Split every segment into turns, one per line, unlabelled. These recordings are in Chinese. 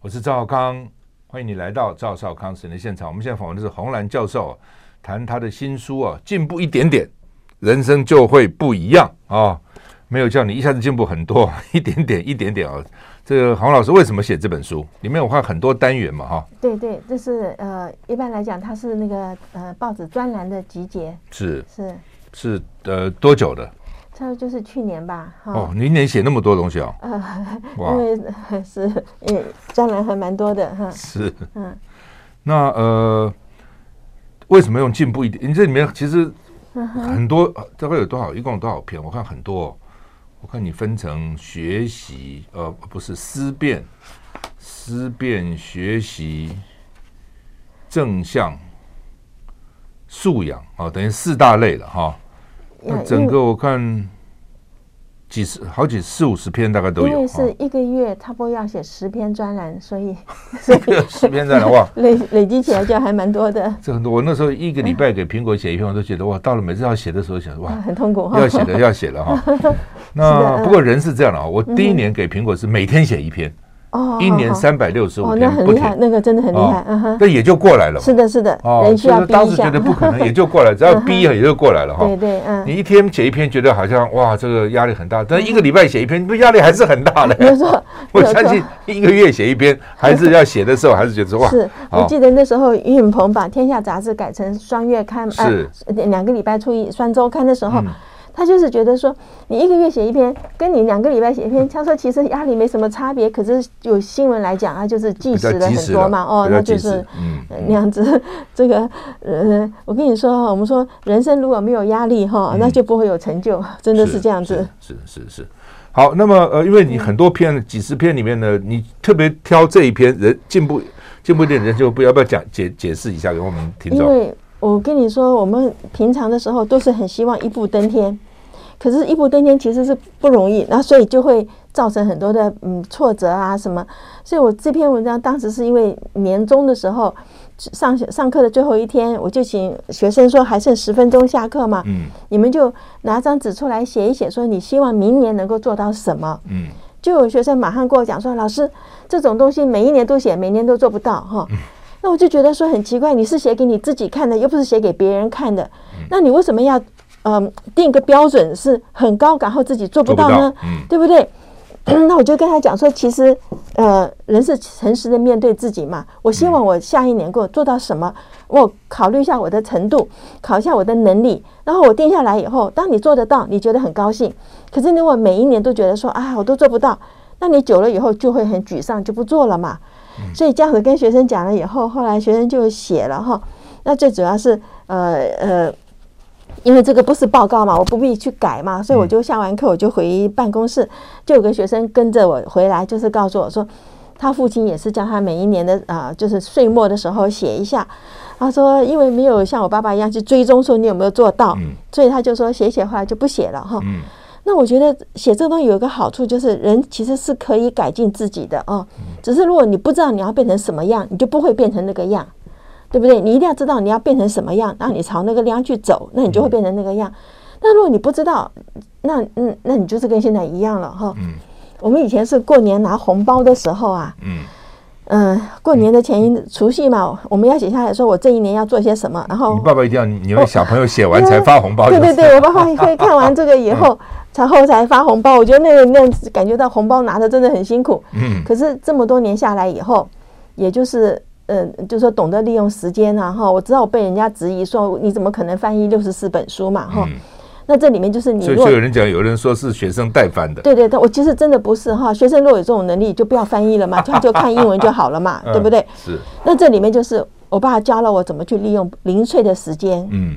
我是赵少康，欢迎你来到赵少康私人的现场。我们现在访问的是洪兰教授、啊，谈他的新书啊，进步一点点，人生就会不一样啊。没有叫你一下子进步很多，一点点，一点点啊。这个洪老师为什么写这本书？里面有画很多单元嘛，哈，
对对，这是呃，一般来讲它是那个呃报纸专栏的集结，
是
是，
是呃多久的？
差不多就是去年吧，哈、
哦，你一年写那么多东西哦，哇
因为呃 是嗯专栏还蛮多的哈，
是，
嗯
那呃，为什么用进步一点？你这里面其实
嗯
很多，呃大概有多少？一共有多少篇？我看很多哦，我看你分成学习，呃，不是思辨，思辨学习正向素养啊、哦等于四大类了哈。那
呀
整
因为
个我看几十、好几四五十篇，大概都
因
有哦
为
哈。
是一个月差不多要写十篇专栏，所以 所以
十篇在哪？哇，
累累积起来就还蛮多的，
这很多。我那时候一
哎
个礼拜给苹果写一篇，我都觉得哇，到了每次要写的时候，想哇，
很痛苦哈。
要写的要写 了哈。
哦是的
那
嗯
不过人是这样的啊，我第一年给苹果是每天写一篇，
哦，
一年
好
三百六十五
哦，那
天
很
不
厉害，
停，
那个真的很厉害，
哦
嗯哼，
那也就过来了嘛。哦
是的，是的，人需
就
要
是
逼
当
一
时
下嗯
觉得，不 可能，也就过来，只要逼一下也就过来了哈
对。对，嗯，
你一天写一篇，觉得好像哇，这个压力很大，但一个礼拜写一篇，不压力还是很大
没有
的。
错，
我
没有
相
错
信一个月写一篇，还是要写的时候，还是啊觉得说哇，哦
是，我
好
记得那时候岳云鹏把《天下》杂志改成双月刊，
是
呃，两个礼拜出一双周刊的时候。
嗯
他就是觉得说，你一个月写一篇，跟你两个礼拜写一篇，他说其实压力没什么差别。可是有新闻来讲啊，就是即
比较
时的
及
很
时
多
了
嘛，哦，
比较
那就
及
是
时，嗯
呃那样子。这个，呃，我跟你说哈，我们说人生如果没有压力哈，那就不会有成就，真的是这样子。，
嗯是是是是。好，那么呃，因为你很多篇几十篇里面呢，你特别挑这一篇人进步进步一点人就不要不要讲解解释一下给我们听
因
众？
为我跟你说，我们平常的时候都是很希望一步登天，可是，一步登天其实是不容易，那所以就会造成很多的嗯挫折啊什么。所以我这篇文章当时是因为年终的时候，上学上课的最后一天，我就请学生说还剩十分钟下课嘛，
嗯
你们就拿张纸出来写一写，说你希望明年能够做到什么。
嗯，
就有学生马上跟我讲说，老师，这种东西每一年都写，每年都做不到哈。
嗯
那我就觉得说很奇怪，你是写给你自己看的，又不是写给别人看的，那你为什么要嗯、定一个标准是很高，然后自己做不到
做
呢
不到？嗯
对不对？ 那我就跟他讲说，其实呃，人是诚实的面对自己嘛。我希望我下一年给我做到什么，我考虑一下我的程度，考一下我的能力，然后我定下来以后，当你做得到，你觉得很高兴。可是如果每一年都觉得说啊，我都做不到，那你久了以后就会很沮丧，就不做了嘛。所以这样子跟学生讲了以后，后来学生就写了哈。那最主要是呃呃，因为这个不是报告嘛，我不必去改
嗯
嘛，所以我就下完课我就回办公室，就有个学生跟着我回来，就是告诉我说，他父亲也是叫他每一年的啊、就是岁末的时候写一下。他说，因为没有像我爸爸一样去追踪说你有没有做到，
嗯
所以他就说写一写，后来就不写了哈。
嗯
那我觉得写这个东西有一个好处，就是人其实是可以改进自己的哦。
嗯
只是如果你不知道你要变成什么样，你就不会变成那个样，对不对？你一定要知道你要变成什么样，然后你朝那个量去走，那你就会变成那个样。那如果你不知道，那嗯，那你就是跟现在一样了哈。
嗯
我们以前是过年拿红包的时候啊，
嗯
嗯、过年的前一除夕嘛，我们要写下来说我这一年要做些什么，然后
你爸爸一定要你们小朋友写完才发红包，
哦对对
就是嗯
对，我爸爸会看完这个以 后，然后才发红包。我觉得那个那样子感觉到红包拿的真的很辛苦。
嗯
可是这么多年下来以后，也就是呃，就说懂得利用时间啊哈。我知道我被人家质疑说你怎么可能翻译六十四本书嘛哈。那这里面就是
嗯
你
所以
如
就
果
有人讲，有人说是学生代翻的，
对对对，我其实真的不是哈。学生如果有这种能力，就不要翻 译了嘛，他就看英文就好了嘛，
嗯
对不对？
是
那这里面就是我爸教了我怎么去利用零碎的时间。
嗯，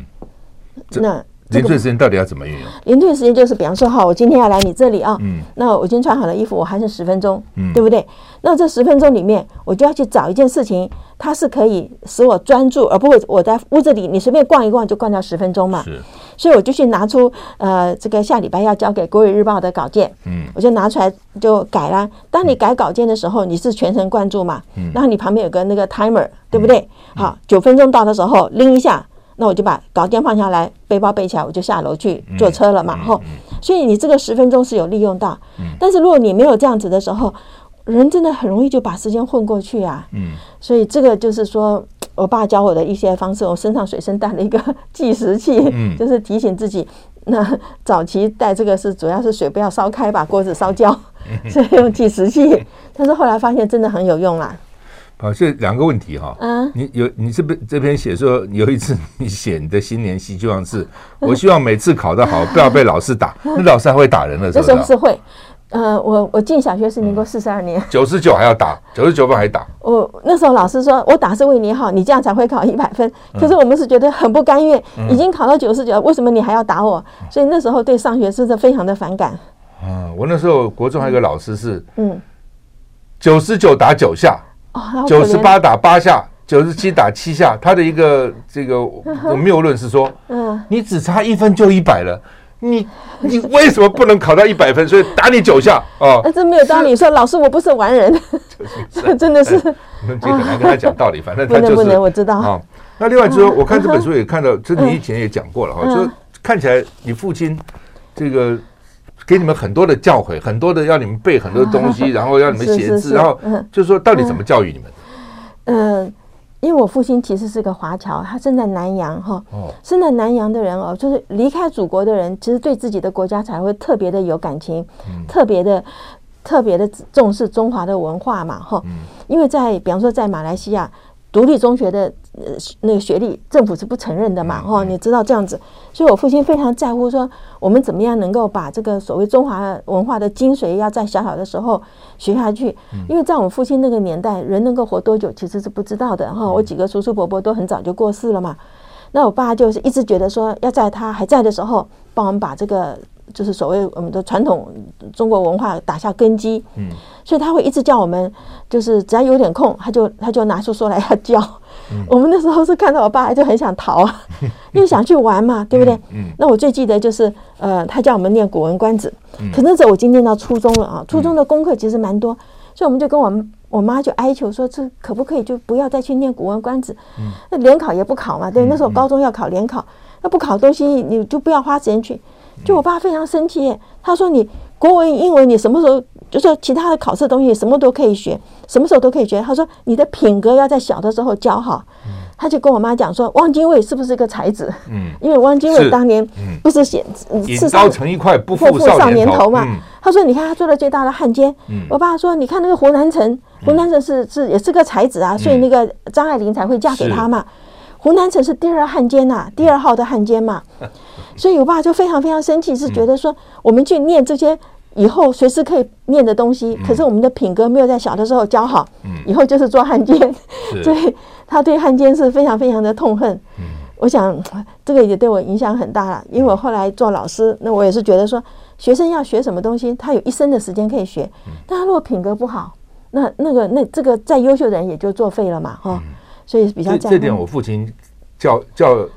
这
那这
零
个
碎时间到底要怎么运用？
零碎时间就是，比方说，好，我今天要来你这里啊，
嗯
那我今天穿好了衣服，我还剩十分钟，
嗯
对不对？那这十分钟里面，我就要去找一件事情，它是可以使我专注，而不会我在屋子里你随便逛一逛就逛掉十分钟嘛。
是
所以我就去拿出呃，这个下礼拜要交给《国语日报》的稿件，
嗯
我就拿出来就改啦。当你改稿件的时候，你是全神贯注嘛，嗯，然后你旁边有个那个 timer，对不对？好，九分钟到的时候拎一下，那我就把稿件放下来，背包背起来，我就下楼去坐车了嘛，吼、所以你这个十分钟是有利用到，但是如果你没有这样子的时候，人真的很容易就把时间混过去啊。
嗯，
所以这个就是说，我爸教我的一些方式。我身上随身带了一个计时器，
嗯
就是提醒自己。那早期带这个是主要是水不要烧开，把锅子烧焦，
嗯
所以用计时器。但是后来发现真的很有用啦。
好，这两个问题哈、
啊
你有你这边这篇写说有一次你写你的新年希望是，我希望每次考得好，不要被老师 打。那老师还会打人了，是
那
不
时候
是
是会，呃，我我进小学是民国四十二年，
九十九还要打，九十九分还打。
我那时候老师说，我打是为你好，你这样才会考一百分。
嗯
可是我们是觉得很不甘愿，已经考到九十九，为什么你还要打我？所以那时候对上学真的非常的反感。
嗯，我那时候国中还有个老师是
嗯，
九十九打九下，
哦，好可
九
怜
十八，打八下，九十七打七下。他的一个这 个谬论是说，
嗯，
你只差一分就一百了，你你为什么不能考到一百分？所以打你九下哦
那。这没有道理。说老师，我不是完人， 真的是哎
你们这个很难跟他讲道理，反正
不
他就
能
是
不能，我知道。
啊。那另外就是说，我看这本书也看到，这你以前也讲过了哈，
嗯
就是看起来你父亲这个给你们很多的教诲，很多的要你们背很多东 西，然后要你们
是
写
是
字，
是
然后
嗯
就是说到底怎么教育你们？
嗯，因为我父亲其实是个华侨，他生在南洋哈。
哦，
生在南洋的人哦，就是离开祖国的人，其实对自己的国家才会特别的有感情，特别的、特别的重视中华的文化嘛，哈。因为在比方说在马来西亚，独立中学的呃那个学历，政府是不承认的嘛，哈、你知道这样子，所以我父亲非常在乎说，我们怎么样能够把这个所谓中华文化的精髓，要在小小的时候学下去。因为在我们父亲那个年代，人能够活多久其实是不知道的哈。我几个叔叔伯伯都很早就过世了嘛。那我爸就是一直觉得说，要在他还在的时候，帮我们把这个就是所谓我们的传统中国文化打下根基。嗯，所以他会一直叫我们，就是只要有点空，他就他就拿出说来要教。
嗯
我们那时候是看到我爸就很想逃啊，因为想去玩嘛，对不对？
嗯
那我最记得就是，呃，他叫我们念《古文观止》，
嗯
可那时候我已经念到初中了啊，初中的功课其实蛮多，所以我们就跟我们我妈就哀求说，这可不可以就不要再去念《古文观止》？
嗯
那联考也不考嘛，对，那时候高中要考联考，那不考东西你就不要花时间去。就我爸非常生气耶，他说你国文、英文你什么时候就说其他的考试的东西什么都可以学，什么时候都可以学。他说你的品格要在小的时候教好。他就跟我妈讲说，汪精卫是不是个才子？
嗯，
因为汪精卫
是
当年
嗯
不是写嗯
引
刺
刀
杀
成一块，不
破
负
负
少
少
年
年
头
头嘛。
嗯
他说：“你看他做了最大的汉奸。我爸说：“你看那个胡南
嗯
成，胡南成是是也是个才子啊，所以那个张爱玲才会嫁给他嘛。胡南成是第二汉奸呐、第二号的汉奸嘛。所以我爸就非常非常生
嗯
气，是觉得说我们去念这些以后随时可以念的东西，
嗯
可是我们的品格没有在小的时候教好，以后就是做汉奸。
是 嗯
所以他对汉奸是非常非常的痛恨。我想这个也对我影响很大了，因为我后来做老师，那我也是觉得说，学生要学什么东西，他有一生的时间可以学，
嗯
但他如果品格不好，那那个那这个再优秀的人也就作废了嘛，哈、所以比较
嗯这
在
这点
乎。
我父亲教教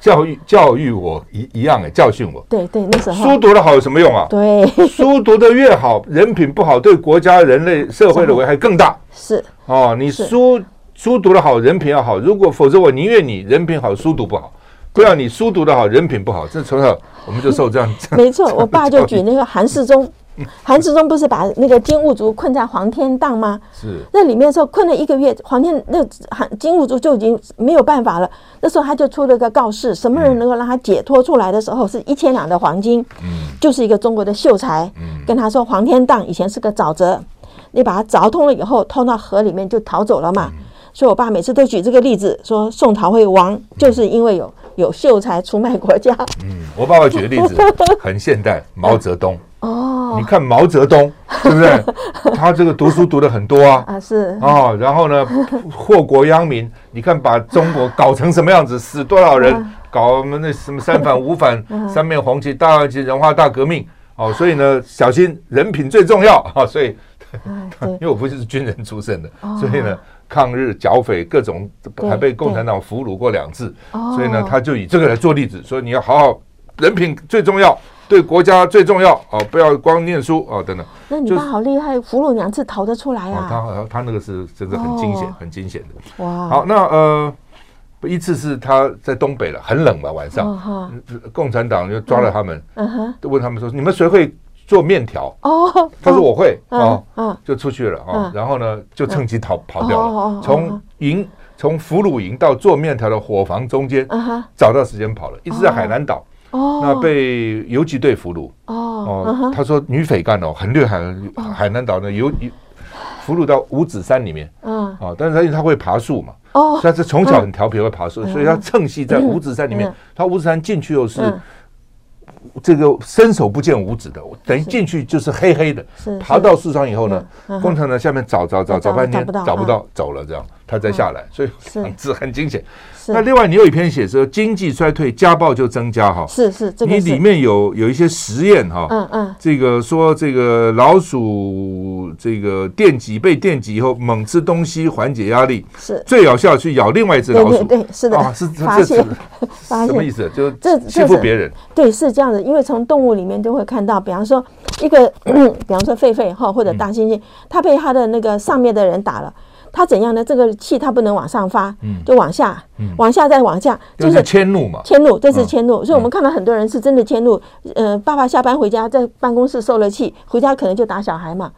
教育教育我一一样哎，教训我，
对对，那时
书
候
读得好有什么用啊？
对
书读得越好，人品不好，对国家、人类、社会的危害更大。
是
哦，你
是
书书读得好，人品要好。如果否则，我宁愿你人品好，书读不好，不要你书读得好，人品不好。这从小我们就受这样。 这样
没错。我爸就举那个韩世忠，
嗯
韩世忠不是把那个金兀术困在黄天荡吗？
是
那里面说困了一个月，黄天那韩金兀术就已经没有办法了。那时候他就出了个告示，什么
嗯
人能够让他解脱出来的时候是一千两的黄金，
嗯
就是一个中国的秀才，跟他说黄天荡以前是个沼泽，你把它凿通了以后，通到河里面就逃走了嘛。
嗯
所以我爸每次都举这个例子，说宋朝会亡，就是因为有有秀才出卖国家。
嗯我爸爸举的例子很现代，毛泽东。
哦，
你看毛泽东，对不 对？他这个读书读的很多啊。
啊是，
哦，然后呢，祸国殃民，你看把中国搞成什么样子，死多少
嗯
人，搞我们那什么三反五反、三面红旗、大红旗、文化大革命，哦，所以呢，小心人品最重要啊、哦，所以。
哎
因
对，
为我父亲是军人出身的，
哦
所以呢，抗日、剿匪各种，
对
还被共产党俘虏过两次，
哦
所以呢，他就以这个来做例子，说你要好好，人品最重要，对国家最重要哦，不要光念书哦，等等。
那你
就
爸好厉害，俘虏两次逃得出来
哦，他
啊！
好像他那个是真的很惊险，
哦
很惊险的。
哇，
好，那呃，一次是他在东北了，很冷了晚上，
哦哈，
共产党就抓了他们，
嗯哼。
问他们说：“你们谁会做面条，
哦，
他说我会
嗯
哦，
嗯
就出去了哦
嗯，
然后呢就趁机逃跑掉
哦哦哦
了，从营从俘虏营到做面条的伙房中间
啊哈，
找到时间跑了，一直在海南岛，
哦，
那被游击队俘虏
哦，嗯
哦，
哼，
他说女匪干哦很厉害，海南岛呢游游俘虏到五指山里面
嗯，
哦，但是他因为他会爬树嘛，
哦，
他是从小很调皮会爬树，所以他趁隙在五指山里面
嗯，
他五指山进去又是
嗯
这个伸手不见五指的，等于
是
进去就是黑黑的
是，
爬到树上以后呢
嗯嗯，哼
工程呢下面找找找
找
找半天
找不到嗯
找不到，走了这样，他再下来，所以
是
很自很惊险。
是
那另外你有一篇写说经济衰退，家暴就增加哈，
是是这
你
个
里
是，
面有有一些实验哈，
嗯嗯，
这个说这个老鼠这个电击被电击以后猛吃东西缓解压力，
是，
最有效去咬另外一只
对
老
对
鼠。
对，是
啊
的，
是这
发
这
泄
是
发
什么
泄
意。思？就
这
欺
这
负
是
别人，
对，是这样的，因为从动物里面都会看到，比方说一个， 比方说狒狒哈，或
嗯
者大猩猩，它被它的那个上面的人打了，它怎样呢？这个气它不能往上发，就往下，往下再往下，
嗯就
就是是
迁怒嘛。
迁怒，这是迁怒。所以我们看到很多人是真的迁怒，呃，爸爸下班回家在办公室受了气，回家可能就打小孩嘛。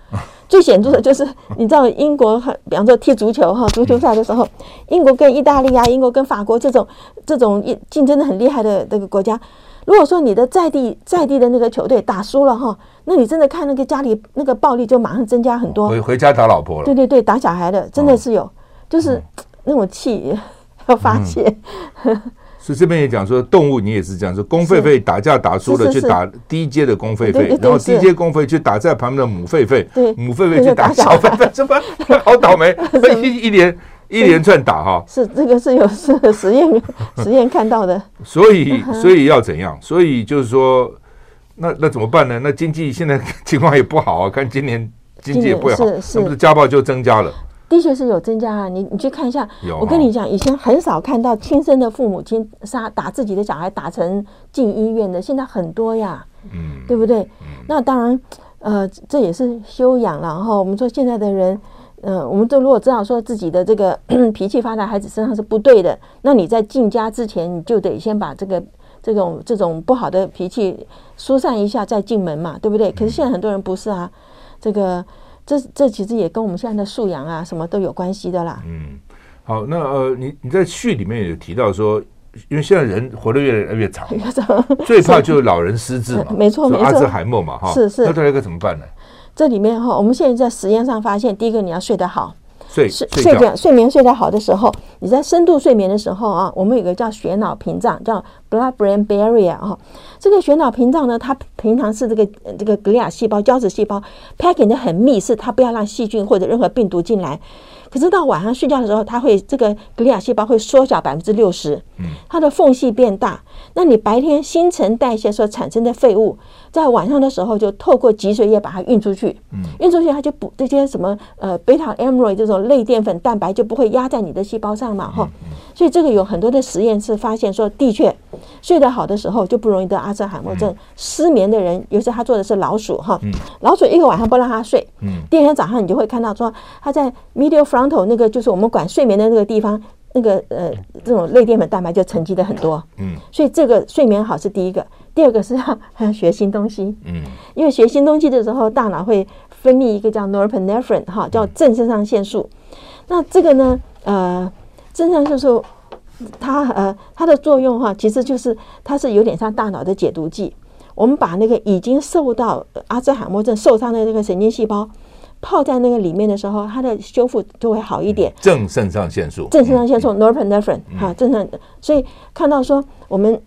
最显著的就是，你知道英国很，比方说踢足球哈，足球赛的时候，英国跟意大利啊，英国跟法国这种这种一竞争的很厉害的这个国家，如果说你的在地在地的那个球队打输了哈，那你真的看那个家里那个暴力就马上增加很多。
回回家打老婆
对
了，
对对，打小孩的真的是有，就是那种气 要发泄。
所以这边也讲说，动物你也是这样说，公狒狒打架打输了
是是
去
是
打低阶的公狒
对对
狒，
对
然后
是
低阶公狒去打在旁边的母狒狒
对，
母狒狒
那
去
就
打
打
小
小
狒狒，怎么 好倒 霉，一一连一连串打哈。
是这个是有 是实验实验看到的，
所以
嗯
所以要怎样？所以就是说，那那怎么办呢？那经济现在 情况也不好啊，看今年经济也不会好
今年是，是
那不是家暴就增加了？
的确是有增加啊。你你去看一下
有，哈
我跟你讲，以前很少看到亲生的父母亲杀打自己的小孩打成进医院的，现在很多呀，
嗯，
对不对？那当然，呃，这也是修养了哈。我们说现在的人。呃，我们都如果知道说自己的这个 脾气发在孩子身上是不对的，那你在进家之前，你就得先把这个 这种这种不好的脾气疏散一下再进门嘛，对不对？可是现在很多人不是啊，这个这这其实也跟我们现在的素养啊什么都有关系的啦。
嗯，好，那呃，你你在序里面有提到说，因为现在人活得越来越 长嘛，最怕就是老人失智嘛，
是 没错
说
没错
阿兹海默嘛，哈，
是是
那这该怎么办呢？
这里面哈，我们现在在实验上发现，第一个你要睡得好，
睡
睡
睡
睡
觉，
觉睡眠睡得好的时候，你在深度睡眠的时候啊，我们有个叫血脑屏障，叫 blood-brain barrier 啊。这个血脑屏障呢，它平常是这个呃这个格里亚细胞、胶质细胞 packing 的很密，是它不要让细菌或者任何病毒进来。可是到晚上睡觉的时候，它会这个格里亚细胞会缩小百分之六十，
嗯
它的缝隙变大。那你白天新陈代谢所产生的废物，在晚上的时候就透过脊髓液把它运出去，
嗯
运出去它就不这些什么呃贝塔 amyloid 这种类淀粉蛋白就不会压在你的细胞上嘛，哈。
嗯
所以这个有很多的实验是发现说，的确睡得好的时候就不容易得阿兹海默
嗯
症，失眠的人，尤其他做的是老鼠哈，老鼠一个晚上不让他睡，
嗯
第二天早上你就会看到说他在 medial frontal 那个就是我们管睡眠的那个地方。那个呃，这种类淀粉蛋白就沉积的很多，
嗯
所以这个睡眠好是第一个，第二个是要 还要学新东西，
嗯
因为学新东西的时候，大脑会分泌一个叫 norepinephrine 哈，叫正肾上腺素。那这个呢，呃，正肾上腺素它呃它的作用哈，其实就是它是有点像大脑的解毒剂。我们把那个已经受到呃阿兹海默症受伤的那个神经细胞泡在那个里面的时候，它的修复就会好一点。
正肾上腺素，
正肾上腺素 norepinephrine 哈、正肾，所以看到说我们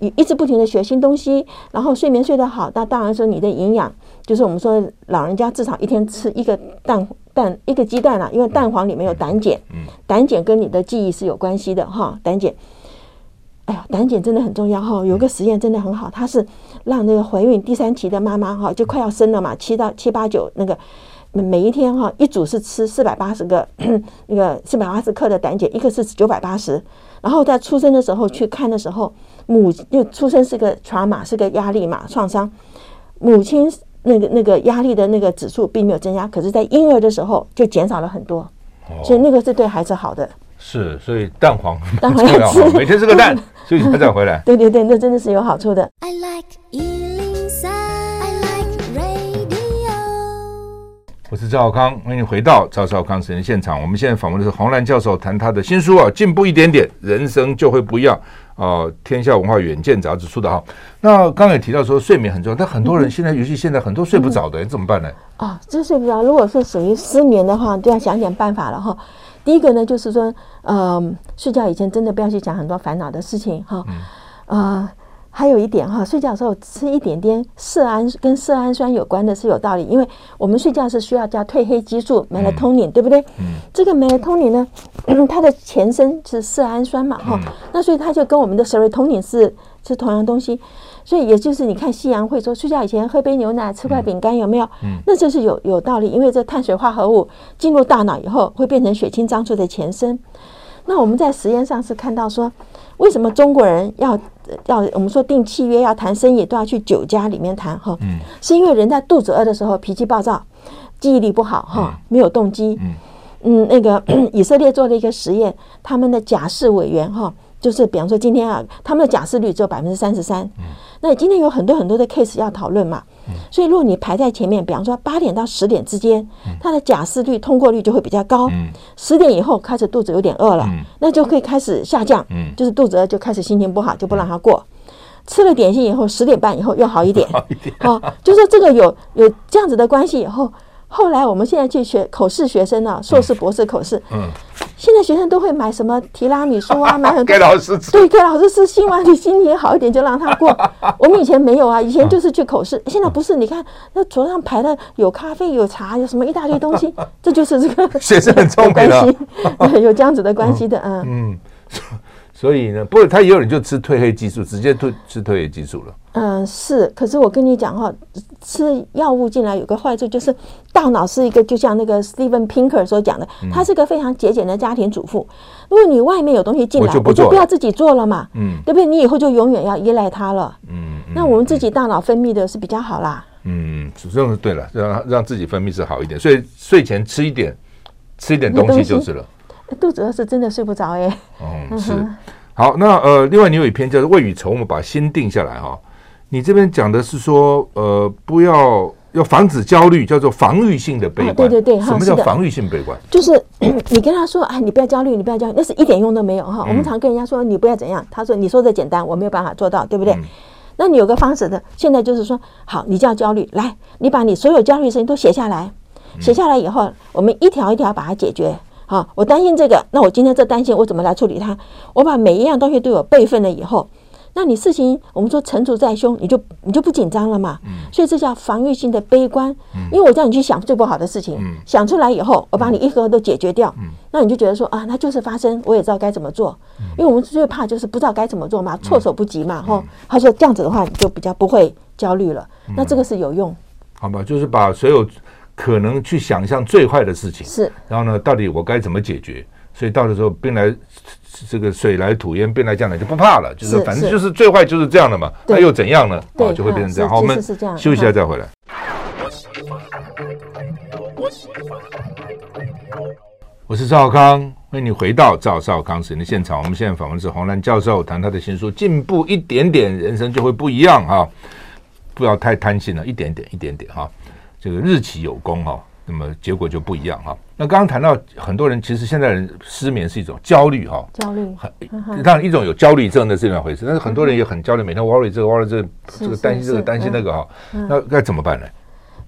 一一直不停的学新东西，然后睡眠睡得好，那当然说你的营养，就是我们说老人家至少一天吃一个蛋蛋一个鸡蛋啦、因为蛋黄里面有胆碱，胆碱跟你的记忆是有关系的哈，胆碱。哎呀，胆碱真的很重要哈、有个实验真的很好，它是让那个怀孕第三期的妈妈哈、就快要生了嘛，七到七八九那个，每每一天哈、一组是吃四百八十个那个四百八十克的胆碱，一个是九百八十，然后在出生的时候去看的时候，母就出生是个 trauma 是个压力嘛创伤，母亲那个那个压力的那个指数并没有增加，可是在婴儿的时候就减少了很多，
哦
所以那个是对孩子好的。
是，所以蛋黄
蛋
很
黄要
重要哈，
吃
每天吃个 蛋，睡觉再回来。
对对对，那真的是有好处的。
I like Ealing Sound. I like
我是赵少康，欢迎回到赵少康实验现场。我们现在访问的是洪兰教授，谈他的新书啊，进步一点点，人生就会不一样。哦，天下文化远见杂志出的哈。那刚才也提到说睡眠很重要，但很多人现在，尤其现在很多睡不着的，你怎么办呢？
啊，这睡不着。如果是属于失眠的话，就要想点办法了哈。第一个呢，就是说，呃，睡觉以前真的不要去想很多烦恼的事情哈。呃，还有一点哈，睡觉的时候吃一点点色氨跟色氨酸有关的是有道理，因为我们睡觉是需要叫褪黑激素 melatonin，、对不对？这个 melatonin 呢，嗯它的前身是色氨酸嘛哈，那所以它就跟我们的 serotonin 是是同样东西。所以也就是你看西洋会说睡觉以前喝杯牛奶吃块饼干有没有？那这是有有道理，因为这碳水化合物进入大脑以后会变成血清脏素的前身。那我们在实验上是看到说，为什么中国人要呃要我们说订契约要谈生意都要去酒家里面谈哈？是因为人在肚子饿的时候脾气暴躁，记忆力不好哈，没有动机。嗯那个 以色列做了一个实验，他们的假释委员哈，就是比方说今天啊，他们的假释率只有百分之三十三。那今天有很多很多的 case 要讨论嘛，所以如果你排在前面，比方说八点到十点之间，它的假释率通过率就会比较高。十点以后开始肚子有点饿了，那就可以开始下降，就是肚子饿就开始心情不好，就不让它过。吃了点心以后，十点半以后又好一点，
好一点
哦，就说这个有有这样子的关系以后，后来我们现在去学口试学生啊，硕士、博士口试，
嗯，
现在学生都会买什么提拉米苏 啊，买很多
给老师吃。
对，给老师吃，心完你心情好一点就让他 过。我们以前没有啊，
嗯
以前就是去口试，现在不是。你看那桌上排的有咖啡、有茶，有什么一大堆东西，这就是这 个
学生很聪
有
明啊
关系，有 这样子的关系的啊。嗯
所以呢，不过他也有人就吃褪黑激素，直接吞吃褪黑激素了。
嗯，是。可是我跟你讲哈，吃药物进来有个坏处就是，大脑是一个就像那个 Steven Pinker 所讲的，
嗯
他是个非常节俭的家庭主妇。如果你外面有东西进
我
来，
就不
我就
做
不
了
要自己做了嘛，
嗯
对不对？你以后就永远要依赖它了。
嗯
那我们自己大脑分泌的是比较好啦。
嗯，这样对了，让让自己分泌是好一点，所以睡前吃一点，吃一点
东
东西
西
就是了。
肚子饿是真的睡不着哎、
嗯，是。好，那呃，另外你有一篇叫做《未雨绸缪》，把心定下来哈、你这边讲的是说，呃，不要要防止焦虑，叫做防御性的悲观。
啊对对对哈
什么叫
是的
防御性悲观？
就是 你跟他说，哎，你不要焦虑，你不要焦虑，那是一点用都没有哈。我们常跟人家说，你不要怎样，他说你说的简单，我没有办法做到，对不对？那你有个方式的，现在就是说，好，你叫焦虑，来，你把你所有焦虑的事情都写下来，写下来以后，我们一条一条把它解决。好，我担心这个，那我今天这担心我怎么来处理它？我把每一样东西都有备份了以后，那你事情我们说成竹在胸，你就你就不紧张了嘛。所以这叫防御性的悲观，因为我叫你去想最不好的事情，想出来以后，我把你一个个都解决掉，那你就觉得说啊，那就是发生，我也知道该怎么做。因为我们最怕就是不知道该怎么做嘛，措手不及嘛，吼。他说这样子的话，你就比较不会焦虑了。那这个是有用，
好吧，就是把所有可能去想象最坏的事情，
是
然后呢，到底我该怎么解决？所以到的时候，兵来这个水来土淹，兵来将挡就不怕了，就是
是
反正
是
就是最坏就是这样的嘛，
对
那又怎样呢？
对
啊，就会变成这样。
哈
好，我
是
们
其实是这样
休息一下再回来。我是赵少康，欢迎你回到赵少康时间的现场。我们现在访问的是洪兰教授，谈他的新书《进步一点点，人生就会不一样》哈、不要太贪心了，一点点一点点哈、这个日期有功哈、那么结果就不一样哈、那刚刚谈到很多人，其实现在人失眠是一种焦虑哈、
焦虑。
很当然一种有焦虑症的是两回事，但是很多人也很焦虑，每天 worry 这个 worry 这个
嗯是
这个担心这个
是
担心
嗯
那个哈，那该怎么办呢？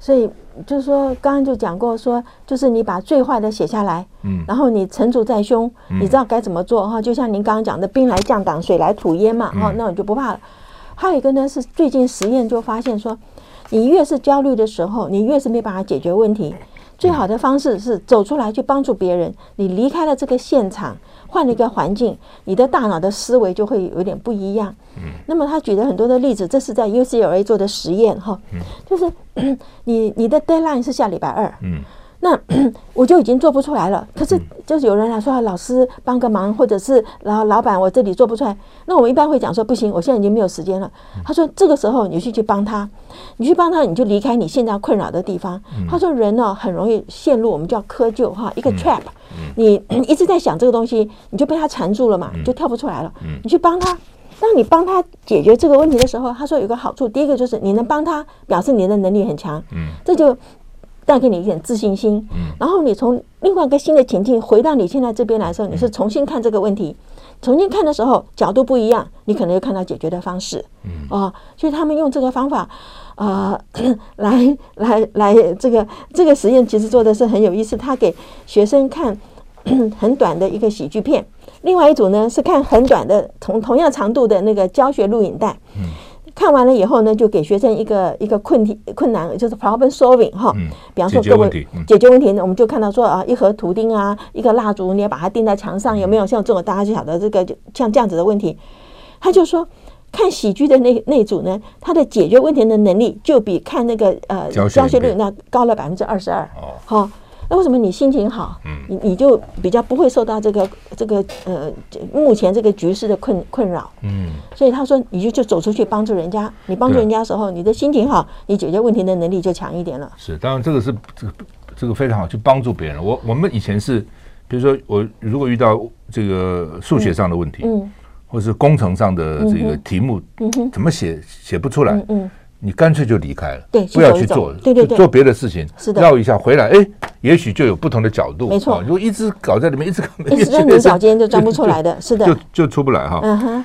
所以就是说，刚刚就讲过说，就是你把最坏的写下来，
嗯
然后你成竹在胸，你知道该怎么做哈。就像您刚刚讲的，兵来将挡，水来土掩嘛，哈，那你就不怕了。还有一个呢，是最近实验就发现说，你越是焦虑的时候，你越是没办法解决问题。最好的方式是走出来去帮助别人。你离开了这个现场，换了一个环境，你的大脑的思维就会有点不一样。嗯，那么他举了很多的例子，这是在 UCLA 做的实验哈，就是嗯 你你的 deadline 是下礼拜二，嗯，那 我就已经做不出来了。可是就是有人来说，啊老师帮个忙，或者是然后老板我这里做不出来，那我们一般会讲说不行，我现在已经没有时间了。他说这个时候你去去帮他，你去帮他，你就离开你现在困扰的地方。他说人呢很容易陷入我们叫窠臼哈，一个 trap，你一直在想这个东西，你就被他缠住了嘛，你就跳不出来了。你去帮他。当你帮他解决这个问题的时候，他说有个好处，第一个就是你能帮他，表示你的能力很强，嗯，这就带给你一点自信心。然后你从另外一个新的情境回到你现在这边来的时候，你是重新看这个问题，重新看的时候角度不一样，你可能就看到解决的方式。嗯，哦，所以他们用这个方法，呃， 来来来，这个这个实验其实做的是很有意思。他给学生看 很短的一个喜剧片，另外一组呢是看很短的同同样长度的那个教学录影带。
嗯
看完了以后呢，就给学生一个一个困题困难，就是 problem solving 哈。
嗯
比方说
解决
各
问题
位
嗯
解决问题呢，我们就看到说啊，一盒图钉啊，一个蜡烛，你要把它钉在墙
嗯
上，有没有像这种大家就晓得这个就像这样子的问题？他就说，看喜剧的那那一组呢，他的解决问题的能力就比看那个呃
教学
教学
里
率
面
那高了百分之二十二。
哦嗯
好、那为什么你心情好，你你就比较不会受到这个这个呃这目前这个局势的困困扰？
嗯，
所以他说，你就就走出去帮助人家，你帮助
对
人家的时候，你的心情好，你解决问题的能力就强一点 了。
是，当然这个是这个这个非常好，去帮助别人。我我们以前是，比如说我如果遇到这个数学上的问题，
嗯
或者是工程上的这个题目，怎么写写不出来，
嗯嗯，
你干脆就离开了，
对去
不要
走一
去
走
做，
对对
就
对
做别的事情，
是的
绕一下回来，哎，也许就有不同的角度，
没错
啊如果一直搞在里 面，一直搞，
一直在
也
牛
许
角尖就钻不出来的，是的
就，就出不来哈。
嗯哼，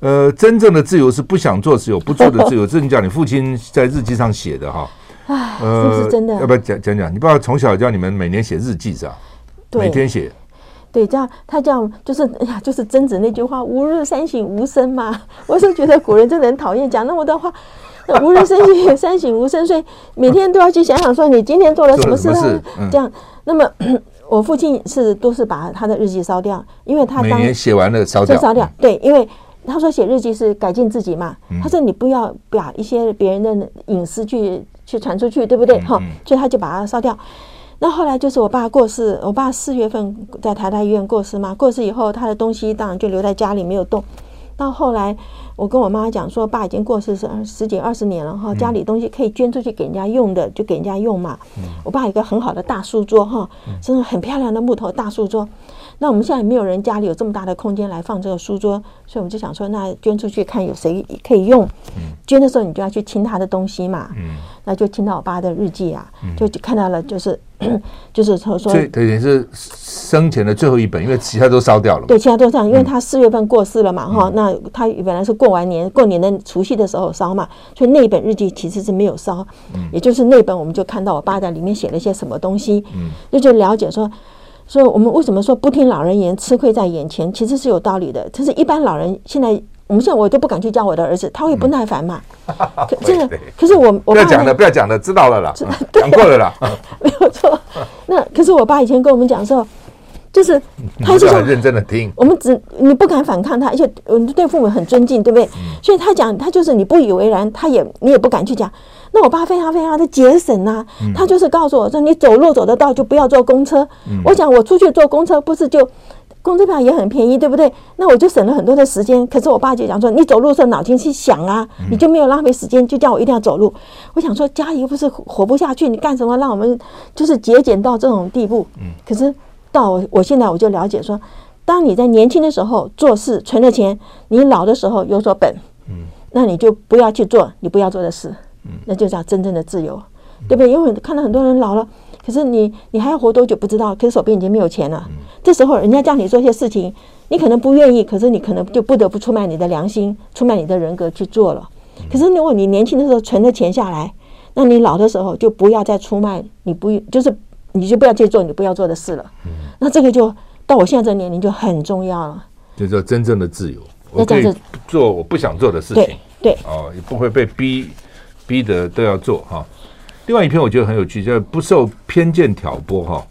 呃，真正的自由是不想做自由，不做的 自由。这你讲你父亲在日记上写的哈，呃
唉，是不是真
要
的
不？要讲讲讲？你爸爸从小教你们每年写日记是吧？每
对
天写，
对，这样他这样就是哎呀，就是曾子那句话“吾日三省吾身”嘛。 我是觉得古人真的很讨厌讲那么多话。那吾日三省三省吾身，所以每天都要去想想说你今天做了什么事
做了什
啊
么事？嗯
这样，那么 我父亲是都是把他的日记烧掉，因为他
每
当
年写完了烧
就
掉，嗯
烧掉。对，因为他说写日记是改进自己嘛，他说你不要把一些别人的隐私去去传出去，对
嗯
不对？哈、所以他就把它烧掉。那后来就是我爸过世，我爸四月份在台大医院过世嘛，过世以后他的东西当然就留在家里没有动。到后来，我跟我妈讲说，爸已经过世十十几二十年了哈，家里东西可以捐出去给人家用的，就给人家用嘛。我爸有一个很好的大书桌哈，真的很漂亮的木头大书桌。那我们现在没有人家里有这么大的空间来放这个书桌，所以我们就想说，那捐出去看有谁可以用。捐的时候你就要去清他的东西嘛，那就清到我爸的日记啊，就看到了，就是 就是说说
这等于是生前的最后一本，因为其他都烧掉了嘛。
对，其他都这样，因
嗯
为他四月份过世了嘛，哈、那他本来是过完年过年的除夕的时候烧嘛，所以那一本日记其实是没有烧，
嗯
也就是那本我们就看到我爸在里面写了一些什么东西，
嗯
那就了解说。说我们为什么说不听老人言，吃亏在眼前，其实是有道理的。就是一般老人现在，我们现在我都不敢去教我的儿子，他会不耐烦嘛。可真的
嗯 对，
可是我
不
我爸
要讲
呢
了，不要讲了，知道了啦， 嗯讲过了啦。
没有错。那可是我爸以前跟我们讲说，就是他
你
就
嗯要
像
很认真的听，
我们只你不敢反抗他，而且嗯对父母很尊敬，对不对？所以他讲他就是你不以为然，他也你也不敢去讲。那我爸非常非常的节省呐、他就是告诉我说你走路走得到就不要坐公车。我想我出去坐公车不是就。公车票也很便宜，对不对？那我就省了很多的时间。可是我爸就讲说，你走路的时候脑筋去想啊，你就没有浪费时间，就叫我一定要走路。我想说，家里又不是活不下去，你干什么让我们就是节俭到这种地步？可是到我我现在我就了解说，当你在年轻的时候做事存了钱，你老的时候有所本，那你就不要去做你不要做的事，那就叫真正的自由，对不对？因为看到很多人老了，可是你你还要活多久不知道，可是手边已经没有钱了，这时候人家叫你做些事情，你可能不愿意，可是你可能就不得不出卖你的良心，出卖你的人格去做了。可是如果你年轻的时候存了钱下来，那你老的时候就不要再出卖你不就是你就不要去做你不要做的事了。那这个就到我现在这个年龄就很重要了。
就是说真正的自由，我
那
可
这
以
样
做我不想做的事情
对。对，
哦，也不会被逼逼得都要做哈、另外一篇我觉得很有趣，叫“不受偏见挑拨” 哈、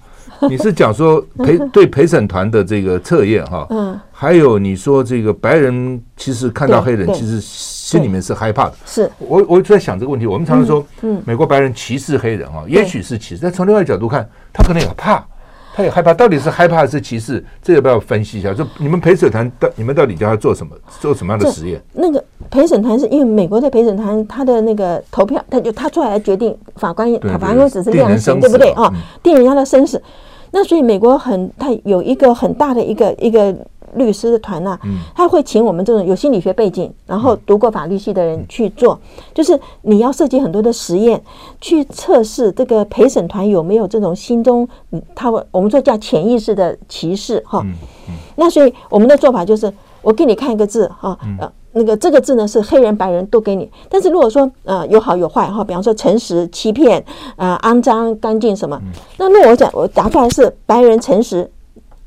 你是讲说陪对陪审团的这个测验哈、
嗯，
还有你说这个白人其实看到黑
对
人
对
其实心里面是害怕的。
是
我我就在想这个问题，我们常常说，
嗯
美国白人歧视黑人哈、也许是歧视，但从另外一个角度看，他可能也怕。他也害怕，到底是害怕还是歧视？这要不要分析一下？就你们陪审团到你们到底叫他做什么？做什么样的
这
实验？
那个陪审团是因为美国的陪审团他的那个投票，他就他出来决定法官
对
法官只是量刑，
定人生死嗯
对不哦对
嘛
啊？定人家的生死。那所以美国很，他有一个很大的一个一个律师的团呐、
嗯
他会请我们这种有心理学背景，然后读过法律系的人去做，
嗯
就是你要设计很多的实验，去测试这个陪审团有没有这种心中嗯他会我们说叫潜意识的歧视哈。
嗯
那所以我们的做法就是，我给你看一个字哈，
嗯
呃，那个这个字呢是黑人白人都给你，但是如果说呃有好有坏哈，比方说诚实、欺骗、呃肮脏、干净什么，
嗯
那那我讲我答出来是白人诚实，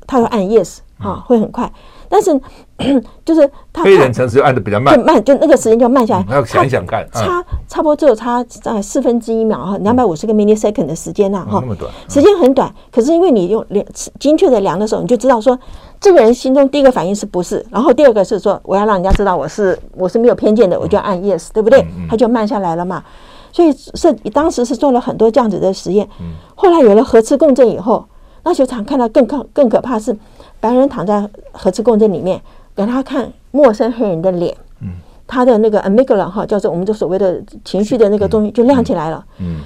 他会按 yes 啊，会很快，但是 就是
嗯
他
黑人
看
城市按的比较慢
就，慢，就那个时间就慢下来，
还要
他
想一想看，嗯
差差不多只有差在四分之一秒哈，两百五十个 millisecond 的时间呐、
哦
哈、
那么短
时间很短。可是因为你用量精确的量的时候，你就知道说这个人心中第一个反应是不是，然后第二个是说我要让人家知道我是我是没有偏见的，我就按 yes，对不对？他就慢下来了嘛。所以是当时是做了很多这样子的实验。后来有了核磁共振以后，那球场看到更可更可怕是白人躺在核磁共振里面，给他看陌生黑人的脸。他的那个 amygdala 哈，叫做我们就所谓的情绪的那个东西就亮起来了。
嗯，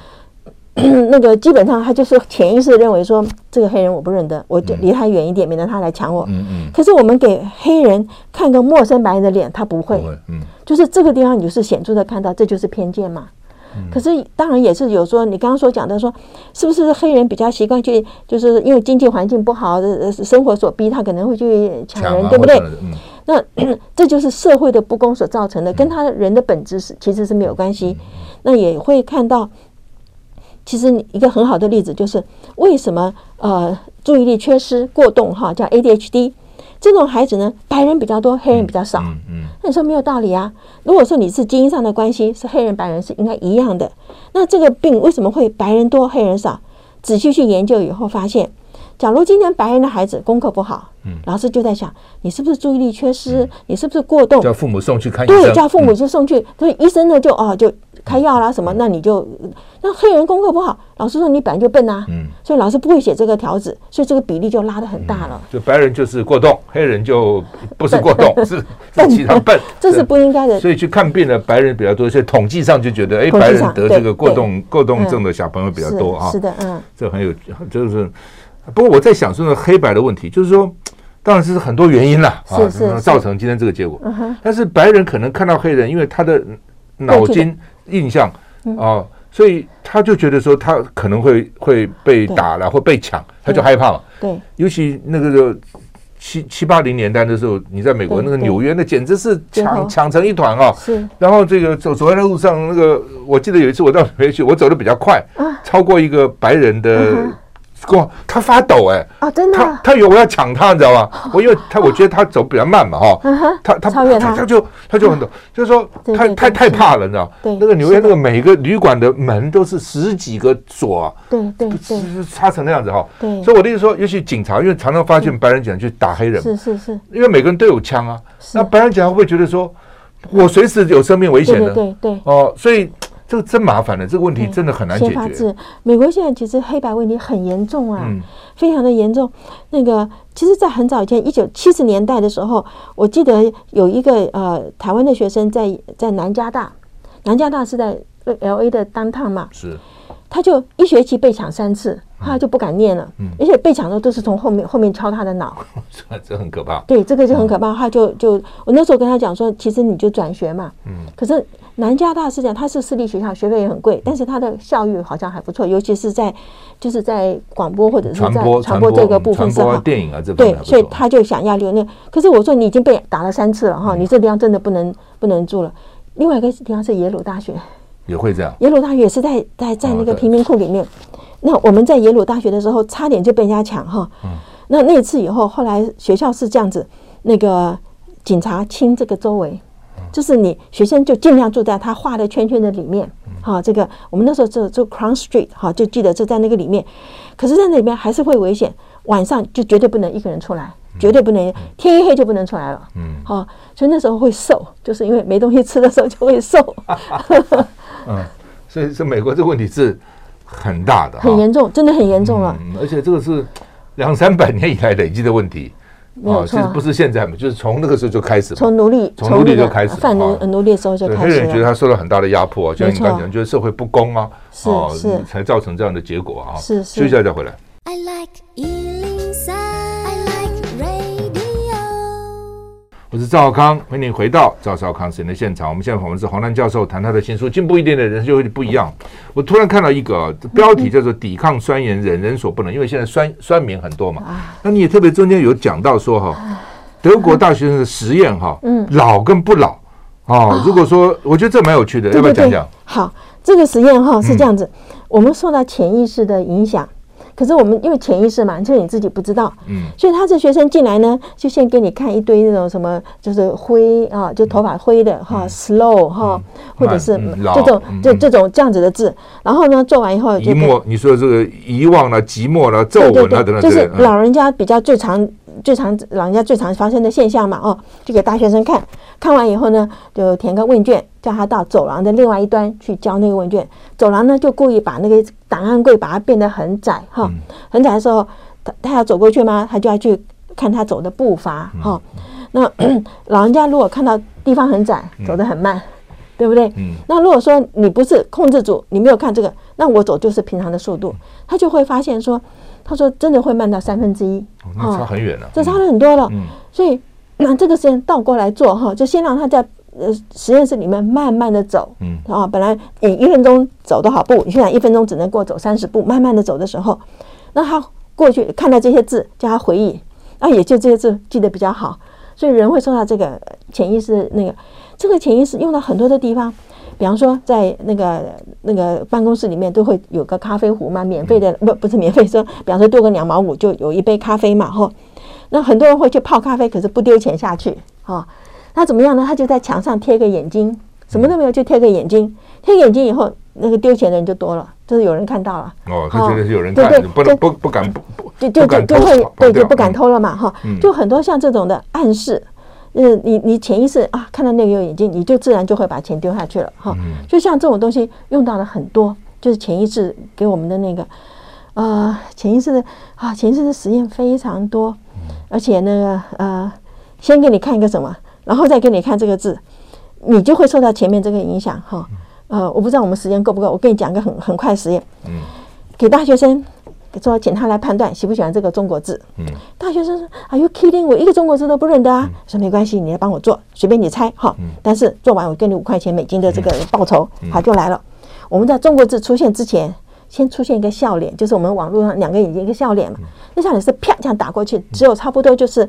嗯那个基本上他就是潜意识地认为说这个黑人我不认得，我就离他远一点，免得他来抢我。
嗯嗯，
可是我们给黑人看个陌生白人的脸，他不会，
不会，嗯，
就是这个地方你就是显著的看到，这就是偏见嘛。
嗯
可是当然也是有说，你刚刚所讲的说，是不是黑人比较习惯去，就是因为经济环境不好，呃，生活所逼，他可能会去抢
抢
人，
啊，
对不对
或？者嗯，
那 这就是社会的不公所造成的，跟他人的本质是其实是没有关系。那也会看到，其实一个很好的例子就是为什么呃注意力缺失过动哈叫 ADHD 这种孩子呢，白人比较多，黑人比较少。
嗯嗯，
那你说没有道理啊？如果说你是基因上的关系，是黑人白人是应该一样的，那这个病为什么会白人多黑人少？仔细去研究以后发现，假如今天白人的孩子功课不好，
嗯
老师就在想你是不是注意力缺失，你是不是过动，
叫父母送去看医
对，
生，嗯
叫父母就送去，所以医生呢就哦就开药啦什么，那你就那黑人功课不好，老师说你本来就笨呐、
嗯
所以老师不会写这个条子，所以这个比例就拉得很大了。
就白人就是过动，黑人就不是过动，是是
笨
其他笨，
这是不应该的，
所以去看病的白人比较多，所以统计上就觉得，哎，
统计
白人
上
得
对
这个过
对
动过动症的小朋友比较
是
多啊
是。的，嗯，
这很有，就是，不过我在想说呢，黑白的问题，就是说，当然是很多原因啦，啊
是是，是嗯
造成今天这个结果。但是白人可能看到黑人，因为他的脑筋印象
嗯
啊，所以他就觉得说他可能会会被打了或被抢，他就害怕嘛。
对，
尤其那个时候七七八零年代的时候，你在美国
对
那个
对
纽约，那简直是
对
抢
哦
抢成一团啊！
是
然后这个走走在路上，那个我记得有一次我到纽约去，我走的比较快，超过一个白人的
啊嗯，
哇，他发抖哎、
哦，真的
他
啊，
他以为我要抢他，你知道吗？我因为他我觉得他走比较慢嘛哈，
嗯哼，
他他
超越
他
他嗯
他就他就很抖，就是说
对
太
对
太
对
太
是
怕了，你知道吗？
对
那个纽约
是
那个
的
每个旅馆的门都是十几个锁啊，
对对对
是是插成那样子哈。
对
所以我的意思说，尤其警察，因为常常发现白人警察去打黑人，
是是是，
因为每个人都有枪啊，
是
那白人警察会不会觉得说，我随时有生命危
对
险
对
呢？
对对。
哦，所以这个真麻烦了，这个问题
对
真的很难解
先发
决。
制，美国现在其实黑白问题很严重啊，
嗯
非常的严重。那个其实，在很早以前，一九七十年代的时候，我记得有一个呃台湾的学生在在南加大，南加大是在呃 L A 的 downtown 嘛，
是，
他就一学期被抢三次，
嗯
后来就不敢念了，而且被抢的时候都是从后面后面敲他的脑。
这这很可怕。
对，这个就
嗯
很可怕。他就就我那时候跟他讲说，其实你就转学嘛。嗯。可是南加大是这样，他是私立学校，学费也很贵，但是他的效益好像还不错，尤其是在就是在广播或者是
传
在
播
传播这个
嗯
部分
传
是
播
好。
电影啊，这方面
对
还，不
所以
错。
他就想要留念。可是我说你已经被打了三次了
嗯
哈，你这地方真的不能不能住了。另外一个地方是耶鲁大学，
也会这样。
耶鲁大学也是在在在那
哦
个
对
贫民窟里面。那我们在耶鲁大学的时候，差点就被人家抢哈。
嗯
那那次以后，后来学校是这样子，那个警察清这个周围，
嗯
就是你学生就尽量住在他画的圈圈的里面。
嗯
哈，这个我们那时候就就 Crown Street 哈，就记得就在那个里面。可是，在那里面还是会危险，晚上就绝对不能一个人出来，
嗯
绝对不能天一黑就不能出来了。嗯，好，所以那时候会瘦，就是因为没东西吃的时候就 会瘦。
所以这美国这个问题是很大的，
很严重，真的很严重了，
嗯，而且这个是两三百年以来累积的问题，
没有
其
错
实
啊
不。是现在嘛，就是从那个时候就开始嘛。
从奴隶
从奴隶
那个
就开始
贩奴
啊
奴隶的时候就
对
开
黑
始
人觉得
了，
他受到很大的压迫，啊就像你
没
刚
错
讲，就是社会不公啊，
是是
才造成这样的结果啊。
是是
休息一下再回来。
I like Ealing Sound. I like radio.
赵康，欢迎你回到赵少康时间的现场。我们现在访问是黄丹教授，谈他的新书《进步一点点，人生就会不一样》。我突然看到一个 啊标题叫做“抵抗酸言，人人所不能”，因为现在酸 酸民很多嘛。那你也特别中间有讲到说哈、 德国大学生的实验哈、
嗯啊
老跟不老哦。如果说，我觉得这蛮有趣的，要
对
不
对
要讲
对，
讲？
好，这个实验哈是这样子，我们受到潜意识的影响，可是我们因为潜意识嘛，就是你自己不知道，
嗯，
所以他这学生进来呢，就先给你看一堆那种什么，就是灰啊，就头发灰的哈、s l o w 哈、或者是
慢嗯
这种、
老嗯
这
嗯
这种这样子的字，然后呢做完以后就
遗
给
墨，你说这个遗忘了、寂寞了、皱
对对
纹了等
对，
等
就
之类
是
的，嗯
老人家比较最常、最常老人家最常发生的现象嘛，哦，就给大学生看看完以后呢，就填个问卷，叫他到走廊的另外一端去交那个问卷。走廊呢就故意把那个档案柜把它变得很窄哈，
嗯
很窄的时候，他他要走过去吗？他就要去看他走的步伐
嗯
哈。那 老人家如果看到地方很窄，走得很慢，对不对？
嗯
那如果说你不是控制组，你没有看这个，那我走就是平常的速度，他就会发现说，他说真的会慢到三分之一
嗯，那差很远了。
这差
嗯
了很多了。
嗯
所以那这个实验倒过来做哈，就先让他在呃实验室里面慢慢的走，
嗯
啊，本来你一分钟走多少步，你现在一分钟只能够走三十步，慢慢的走的时候，那他过去看到这些字，叫他回忆，那也就这些字记得比较好，所以人会受到这个呃潜意识的那个，这个潜意识用到很多的地方。比方说，在那个那个办公室里面都会有个咖啡壶嘛，免费的
嗯
不不是免费，说比方说丢个两毛五就有一杯咖啡嘛，吼，那很多人会去泡咖啡，可是不丢钱下去啊、哦。那怎么样呢？他就在墙上贴个眼睛，什么都没有，就贴个眼睛。贴眼睛以后，那个丢钱的人就多了，就是有人看到了，
哦，他觉得是有人
啊对
看
对，
不能不不敢不
就
不
就就
敢
就
偷
会
跑
对
掉
就不敢
嗯
偷了嘛哈。就很多像这种的暗示，嗯，你你潜意识啊看到那个有眼睛，你就自然就会把钱丢下去了哈。
嗯
就像这种东西用到了很多，就是潜意识给我们的那个。呃，潜意识的啊，潜意识的实验非常多，
嗯
而且那个呃，先给你看一个什么，然后再给你看这个字，你就会受到前面这个影响哈。呃，我不知道我们时间够不够，我跟你讲个很很快的实验，
嗯，
给大学生说，请他来判断喜不喜欢这个中国字，
嗯，
大学生说，Are you kidding？我一个中国字都不认得啊。说没关系，你来帮我做，随便你猜哈。但是做完我给你五块钱美金的这个报酬，好就来了。我们在中国字出现之前，先出现一个笑脸，就是我们网络上两个眼睛一个笑脸嘛。那笑脸是啪这样打过去，只有差不多就是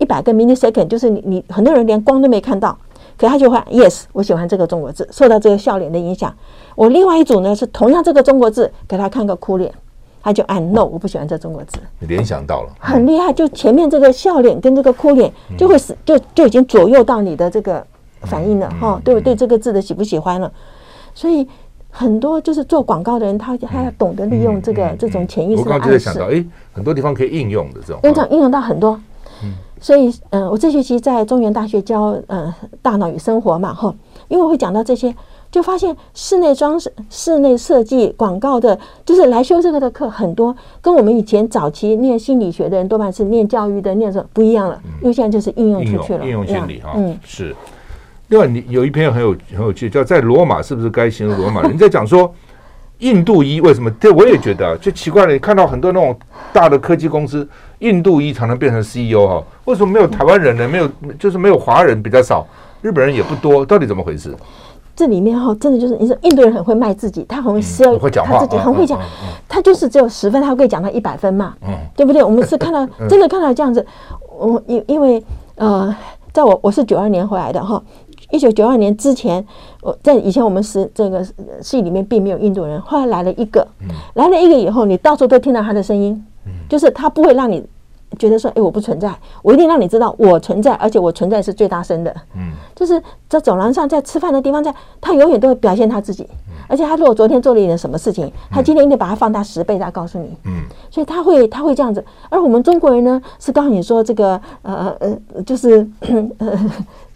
一百个 millisecond，就是你你很多人连光都没看到。可他就会 yes，我喜欢这个中国字，受到这个笑脸的影响。我另外一组呢是同样这个中国字，给他看个哭脸，他就按 no，我不喜欢这中国字。
联想到了。
很厉害，就前面这个笑脸跟这个哭脸，
嗯
就会使就就已经左右到你的这个反应了
嗯
哈，对不对？这个字的喜不喜欢了，所以很多就是做广告的人，他他要懂得利用这个这种潜意
嗯
识
我
的
刚刚就
暗
在想到，
示，
哎，很多地方可以应用的这种。嗯
用场应用到很多。所以，嗯、我这学期在中原大学教嗯、呃大脑与生活嘛，哈，因为我会讲到这些，就发现室内装饰、室内设计、广告的，就是来修这个的课很多，跟我们以前早期念心理学的人多半是念教育的，念什么不一样了，因为现在就是应用
应
出去
用
了，
嗯哦应用
呀
心理哈
嗯，，
是。另外，你有一篇很有很有趣，叫《在罗马是不是该形容罗马人》？ 你在讲说印度衣为什么？这我也觉得啊就奇怪了。你看到很多那种大的科技公司，印度衣常常变成 CEO 哈，为什么没有台湾人呢？没有，就是没有华人比较少，日本人也不多，到底怎么回事？
这里面哈、真的就是你说印度人很会卖自己，他很会 sell，、
嗯很会讲话
他自己很会讲，
嗯嗯
他就是只有十分，他可以讲到一百分嘛，
嗯
对不对？我们 是看到真的看到这样子，我因因为呃，在我我是九二年回来的哈。一九九二年之前，我在以前我们是这个系里面并没有印度人，后来来了一个，
嗯
来了一个以后，你到处都听到他的声音，就是他不会让你觉得说，哎，我不存在，我一定让你知道我存在，而且我存在是最大声的。
嗯，
就是在走廊上，在吃饭的地方，在他永远都会表现他自己，
嗯
而且他如果昨天做了一点什么事情，他今天一定把它放大十倍再告诉你。
嗯，
所以他会他会这样子。而我们中国人呢，是告诉你说这个呃呃，就是 呃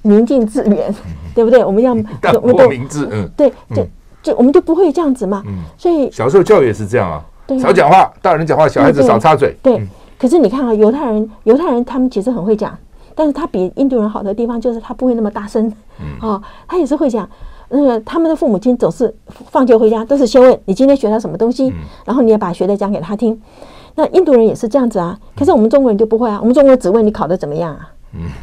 宁静致远，对不对？我 们要
但
我们
我嗯
都
明智，嗯，
对，就就我们就不会这样子嘛。所以
小时候教育也是这样啊
对，啊
少讲话，大人讲话，小孩子
对对
少插嘴。
对，可是你看啊，犹太人，犹太人他们其实很会讲，但是他比印度人好的地方就是他不会那么大声，哦，他也是会讲。那个他们的父母亲总是放学回家都是先问你今天学到什么东西，然后你也把学的讲给他听。那印度人也是这样子啊，可是我们中国人就不会啊，我们中国人只问你考的怎么样啊，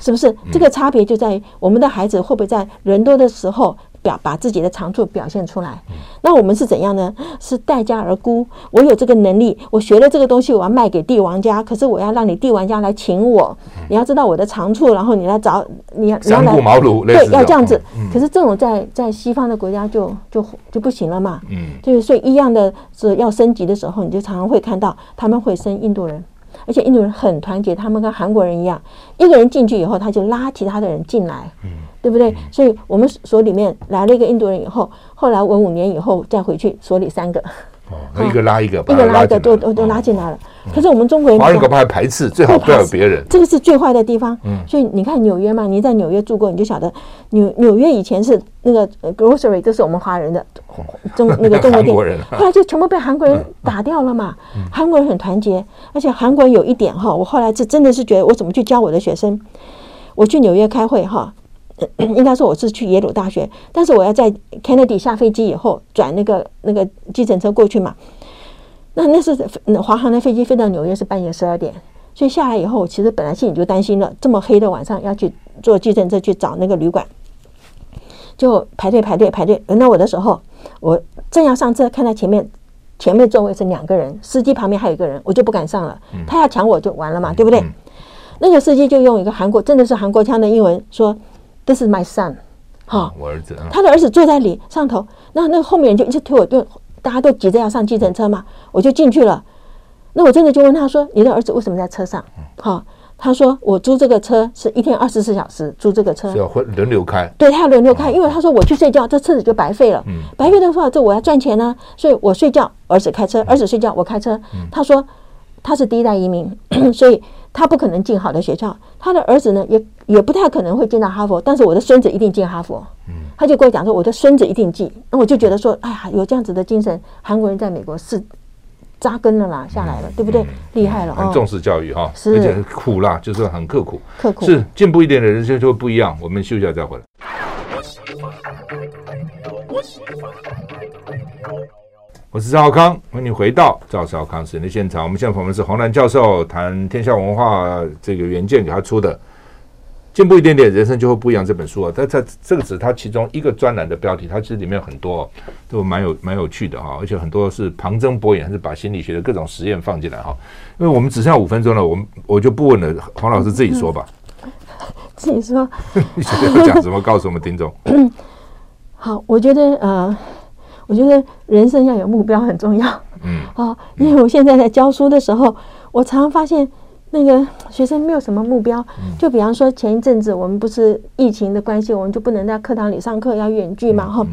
是
嗯
不是？这个差别就在于我们的孩子会不会在人多的时候表把自己的长处表现出来。
嗯
那我们是怎样呢？是待价而沽。我有这个能力，我学了这个东西，我要卖给帝王家，可是我要让你帝王家来请我。你要知道我的长处，然后你来找你要你要
嗯三顾
来
茅庐，类
对
似，
要这样子。
嗯
可是这种在在西方的国家就就就不行了嘛。
嗯，
就是所以一样的是要升级的时候，你就常常会看到他们会升印度人，而且印度人很团结，他们跟韩国人一样，一个人进去以后，他就拉其他的人进来，
嗯
对不对？所以我们所里面来了一个印度人以后，后来我五年以后再回去所里三个，
哦，那一个拉一个，
一
把
个
他
拉一个
进来嗯哦
都都都拉进来了。可是我们中国人
华人
这
恐
样
怕还排斥，最好不要有别人。嗯
这个是最坏的地方。所以你看纽约嘛，你在纽约住过，你就晓得纽纽约以前是那个呃 grocery 都是我们华人的 中那个中国
韩
店
国人，啊 嗯
后来就全部被韩国人打掉了嘛。韩国人很团结，而且韩国人有一点哈，我后来是真的是觉得我怎么去教我的学生，我去纽约开会哈。 呃应该说我是去耶鲁大学，但是我要在 Kennedy 下飞机以后转那个那个计程车过去嘛。那那是嗯华航的飞机飞到纽约是半夜十二点，所以下来以后，我其实本来心里就担心了，这么黑的晚上要去坐计程车去找那个旅馆，就排队排队排队。轮到我的时候，我正要上车，看到前面前面座位是两个人，司机旁边还有一个人，我就不敢上了，他要抢我就完了嘛，对不对？那个司机就用一个韩国真的是韩国腔的英文说：“This is my son。”好，
我儿子，嗯
他的儿子坐在里上头，那那后面人就一直推我，就大家都急着要上计程车嘛，我就进去了。那我真的就问他说：“你的儿子为什么在车上？”好、他说：“我租这个车是一天二十四小时租这个车
是，要会轮流开，
对他要轮流
哦
开，因为他说我去睡觉，这车子就白费了。
嗯
白费的话，这我要赚钱呢、所以我睡觉，儿子开车，
嗯
儿子睡觉，我开车。他说他是第一代移民， 所以他不可能进好的学校。他的儿子呢，也也不太可能会进到哈佛，但是我的孙子一定进哈佛。
嗯
他就跟我讲说，我的孙子一定进。那我就觉得说，哎呀，有这样子的精神，韩国人在美国是扎根了啦，下来了，对不对？厉害了
嗯很
哦，
重视教育哈，
是
而且很苦啦，就是很刻苦，
刻苦。
是进步一点的人生就会不一样。我们休息一下再回来。我是赵少康，欢迎你回到赵少康时间的现场。我们现在访问是洪兰教授谈天下文化这个原件给他出的《进步一点点，人生就会不一样》这本书啊。但在这个只是他其中一个专栏的标题，它其实里面有很多哦都蛮有 蛮有趣的啊哈、而且很多是旁征博引，还是把心理学的各种实验放进来哈、因为我们只剩下五分钟了，我们我就不问了，黄老师自己说吧。
自己说，
你觉得要讲什么？告诉我们听众。
好，我觉得呃， 我觉得人生要有目标很重要
嗯，
哦，因为我现在在教书的时候，我常常发现那个学生没有什么目标。
嗯
就比方说前一阵子我们不是疫情的关系，我们就不能在课堂里上课，要远距
嗯
嘛哈。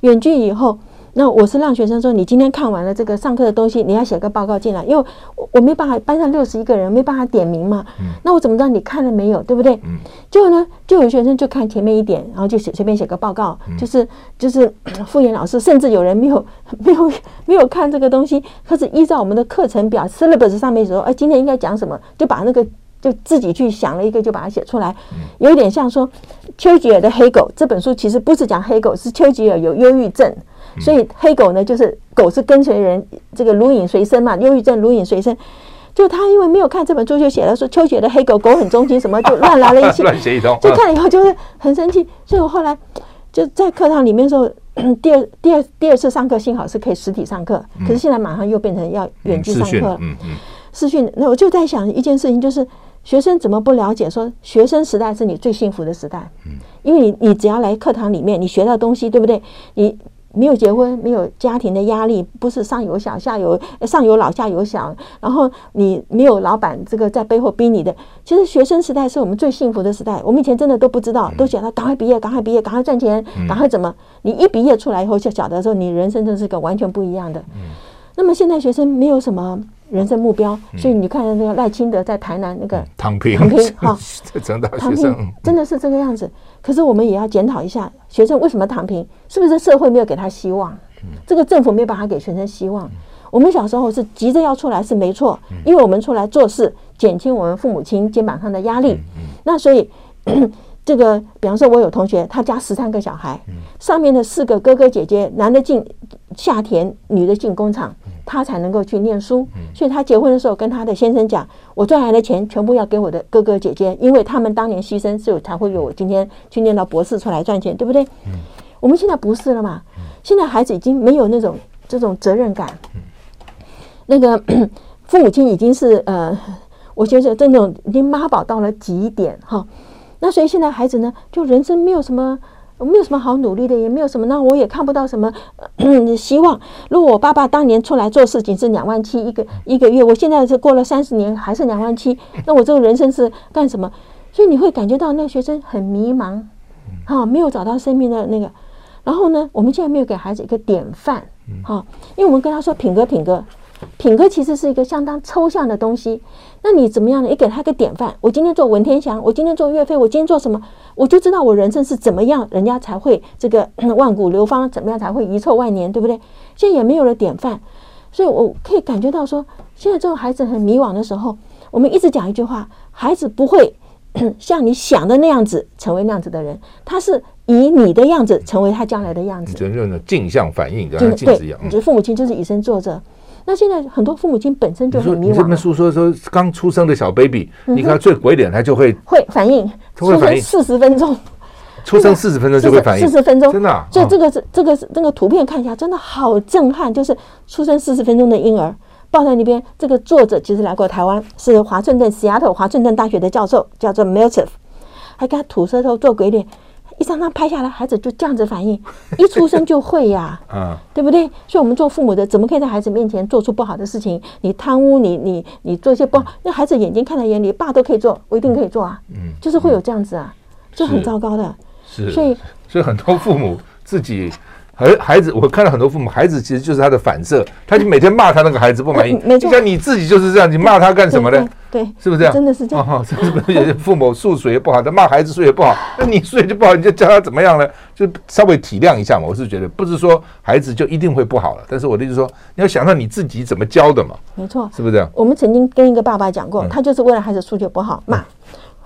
远距以后，那我是让学生说，你今天看完了这个上课的东西，你要写个报告进来，因为我我没办法班上六十一个人没办法点名嘛，那我怎么知道你看了没有，对不对？
嗯
结果呢，就有学生就看前面一点，然后就写随便写个报告，就是就是 敷衍老师，甚至有人没有 没有没有看这个东西，可是依照我们的课程表 syllabus 上面说，哎，今天应该讲什么，就把那个。就自己去想了一个，就把它写出来，有点像说丘吉尔的《黑狗》这本书，其实不是讲黑狗，是丘吉尔有忧郁症，所以黑狗呢，就是狗是跟随人，这个如影随身嘛，忧郁症如影随身。就他因为没有看这本书，就写了说丘吉尔的黑狗狗很忠心，什么就乱来了一些，
乱写一通。啊
就看了以后就会很生气，所以我后来就在课堂里面的时候， 第二第二第二次上课幸好是可以实体上课，可是现在马上又变成要远距上
视
课
讯
了，，
嗯嗯，
视讯。那我就在想一件事情，就是学生怎么不了解说学生时代是你最幸福的时代，因为你你只要来课堂里面，你学到东西，对不对？你没有结婚，没有家庭的压力，不是上有小下有呃上有老下有小，然后你没有老板这个在背后逼你的。其实学生时代是我们最幸福的时代，我们以前真的都不知道，都觉得赶快毕业，赶快毕业，赶快赚钱，赶快怎么？你一毕业出来以后就晓得说，你人生真是个完全不一样的。那么现在学生没有什么人生目标，所以你看那个赖清德在台南那个
躺平，
躺平哈
这成大
躺
学
平
生，嗯
真的是这个样子。可是我们也要检讨一下，学生为什么躺平？是不是社会没有给他希望？
嗯
这个政府没有办法给学生希望。我们小时候是急着要出来是没错，
嗯嗯
因为我们出来做事，减轻我们父母亲肩膀上的压力。那所以这个，比方说，我有同学，他家十三个小孩，上面的四个哥哥姐姐，男的进下田，女的进工厂，他才能够去念书。所以他结婚的时候跟他的先生讲，我赚来的钱全部要给我的哥哥姐姐，因为他们当年牺牲，所以才会有我今天去念到博士出来赚钱，对不对？我们现在不是了嘛，现在孩子已经没有那种这种责任感，那个 父母亲已经是呃，我觉得这种已经妈宝到了极点哈。那所以现在孩子呢，就人生没有什么。没有什么好努力的，也没有什么，那我也看不到什么呃 希望。如果我爸爸当年出来做事情是两万七一个一个月，我现在是过了三十年还是两万七，那我这个人生是干什么？所以你会感觉到那个学生很迷茫，啊，没有找到生命的那个。然后呢，我们现在没有给孩子一个典范，哈、因为我们跟他说品格，品格，品格其实是一个相当抽象的东西。那你怎么样呢？你给他一个典范，我今天做文天祥，我今天做岳飞，我今天做什么，我就知道我人生是怎么样，人家才会这个 万古流芳，怎么样才会遗臭万年，对不对？现在也没有了典范，所以我可以感觉到说，现在这种孩子很迷惘的时候，我们一直讲一句话：孩子不会 像你想的那样子成为那样子的人，他是以你的样子成为他将来的样子
你。只能用那种镜像反应，跟
就
他
是
镜子一样。
对，就是父母亲就是以身作则。那现在很多父母亲本身就
你说
很迷
你这
惘嗯
本
了，
书说说刚出生的小 baby，你看他最鬼脸，他就会
会反应，
他会反应
四十分钟，
出生四十分钟就会反应，
四十分钟，
真的啊。
所以
啊
这个是这个是那个图片看一下，真的好震撼，就是出生四十分钟的婴儿抱在那边。这个作者其实来过台湾，是华盛顿西雅图华盛顿大学的教授，叫做 Milchief，还跟他吐舌头做鬼脸，一张张拍下来，孩子就这样子反应，一出生就会呀、
啊，
对不对？所以，我们做父母的怎么可以在孩子面前做出不好的事情？你贪污，你你你做一些不好，那孩子眼睛看在眼里，爸都可以做，我一定可以做啊。嗯，就是会有这样子啊，这很
是
糟糕的。
是，
所以
所以很多父母自己。孩孩子，我看到很多父母，孩子其实就是他的反射，他就每天骂他那个孩子不满意。
没没错
就像你自己就是这样，你骂他 干什么呢？
对？对，
是不是这样？
哎真的是这样。
哦，是不是有 些父母数学也不好，他骂孩子数学不好， 那你数学就不好，你就教他怎么样呢？就稍微体谅一下嘛。我是觉得，不是说孩子就一定会不好了，但是我的意思说，你要想到你自己怎么教的嘛，
没错。
是不是这样？
我们曾经跟一个爸爸讲
嗯
过，他就是为了孩子数学不好骂，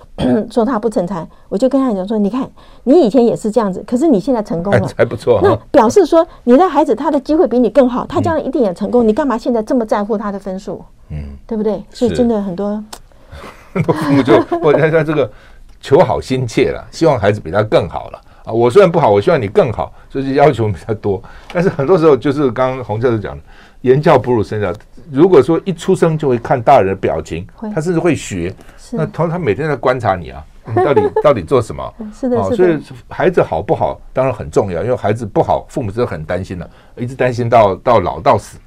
说他不成才。我就跟他讲说，你看，你以前也是这样子，可是你现在成 功
还
了。
还不错
那
哈。
表示说，你的孩子他的机会比你更好，他将来一定也成功。你干嘛现在这么在乎他的分数？
嗯，
对不对？所以
是
真的很多
很多父母就我他他这个求好心切了，希望孩子比他更好了啊。我虽然不好，我希望你更好，所以就要求比较多。但是很多时候就是刚刚洪教授讲的，言教不如身教。如果说一出生就会看大人的表情
会，
他甚至会学，
是
那他他每天在观察你啊，你到底到底做什么？
是的
啊
是的
所以孩子好不好当然很重要，因为孩子不好，父母真的很担心的，一直担心到到老到死。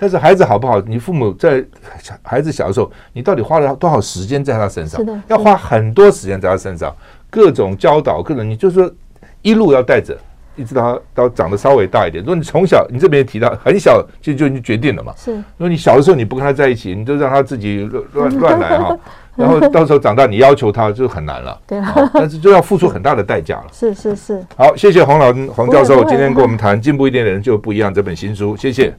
但是孩子好不好，你父母在孩子小的时候，你到底花了多少时间在他身上
是的？
要花很多时间在他身上，各种教导，各种你就是说一路要带着，一直到他到长得稍微大一点。如果你从小，你这边也提到很小就就已经决定了嘛，
是
如果你小的时候你不跟他在一起，你就让他自己乱乱乱来 哈，然后到时候长大你要求他就很难了，
对啊
好 但是就要付出很大的代价了。
是是是，
好，谢谢洪老洪教
不会
授
不会
今天跟我们谈《进步一点的人就不一样》这本新书，谢谢。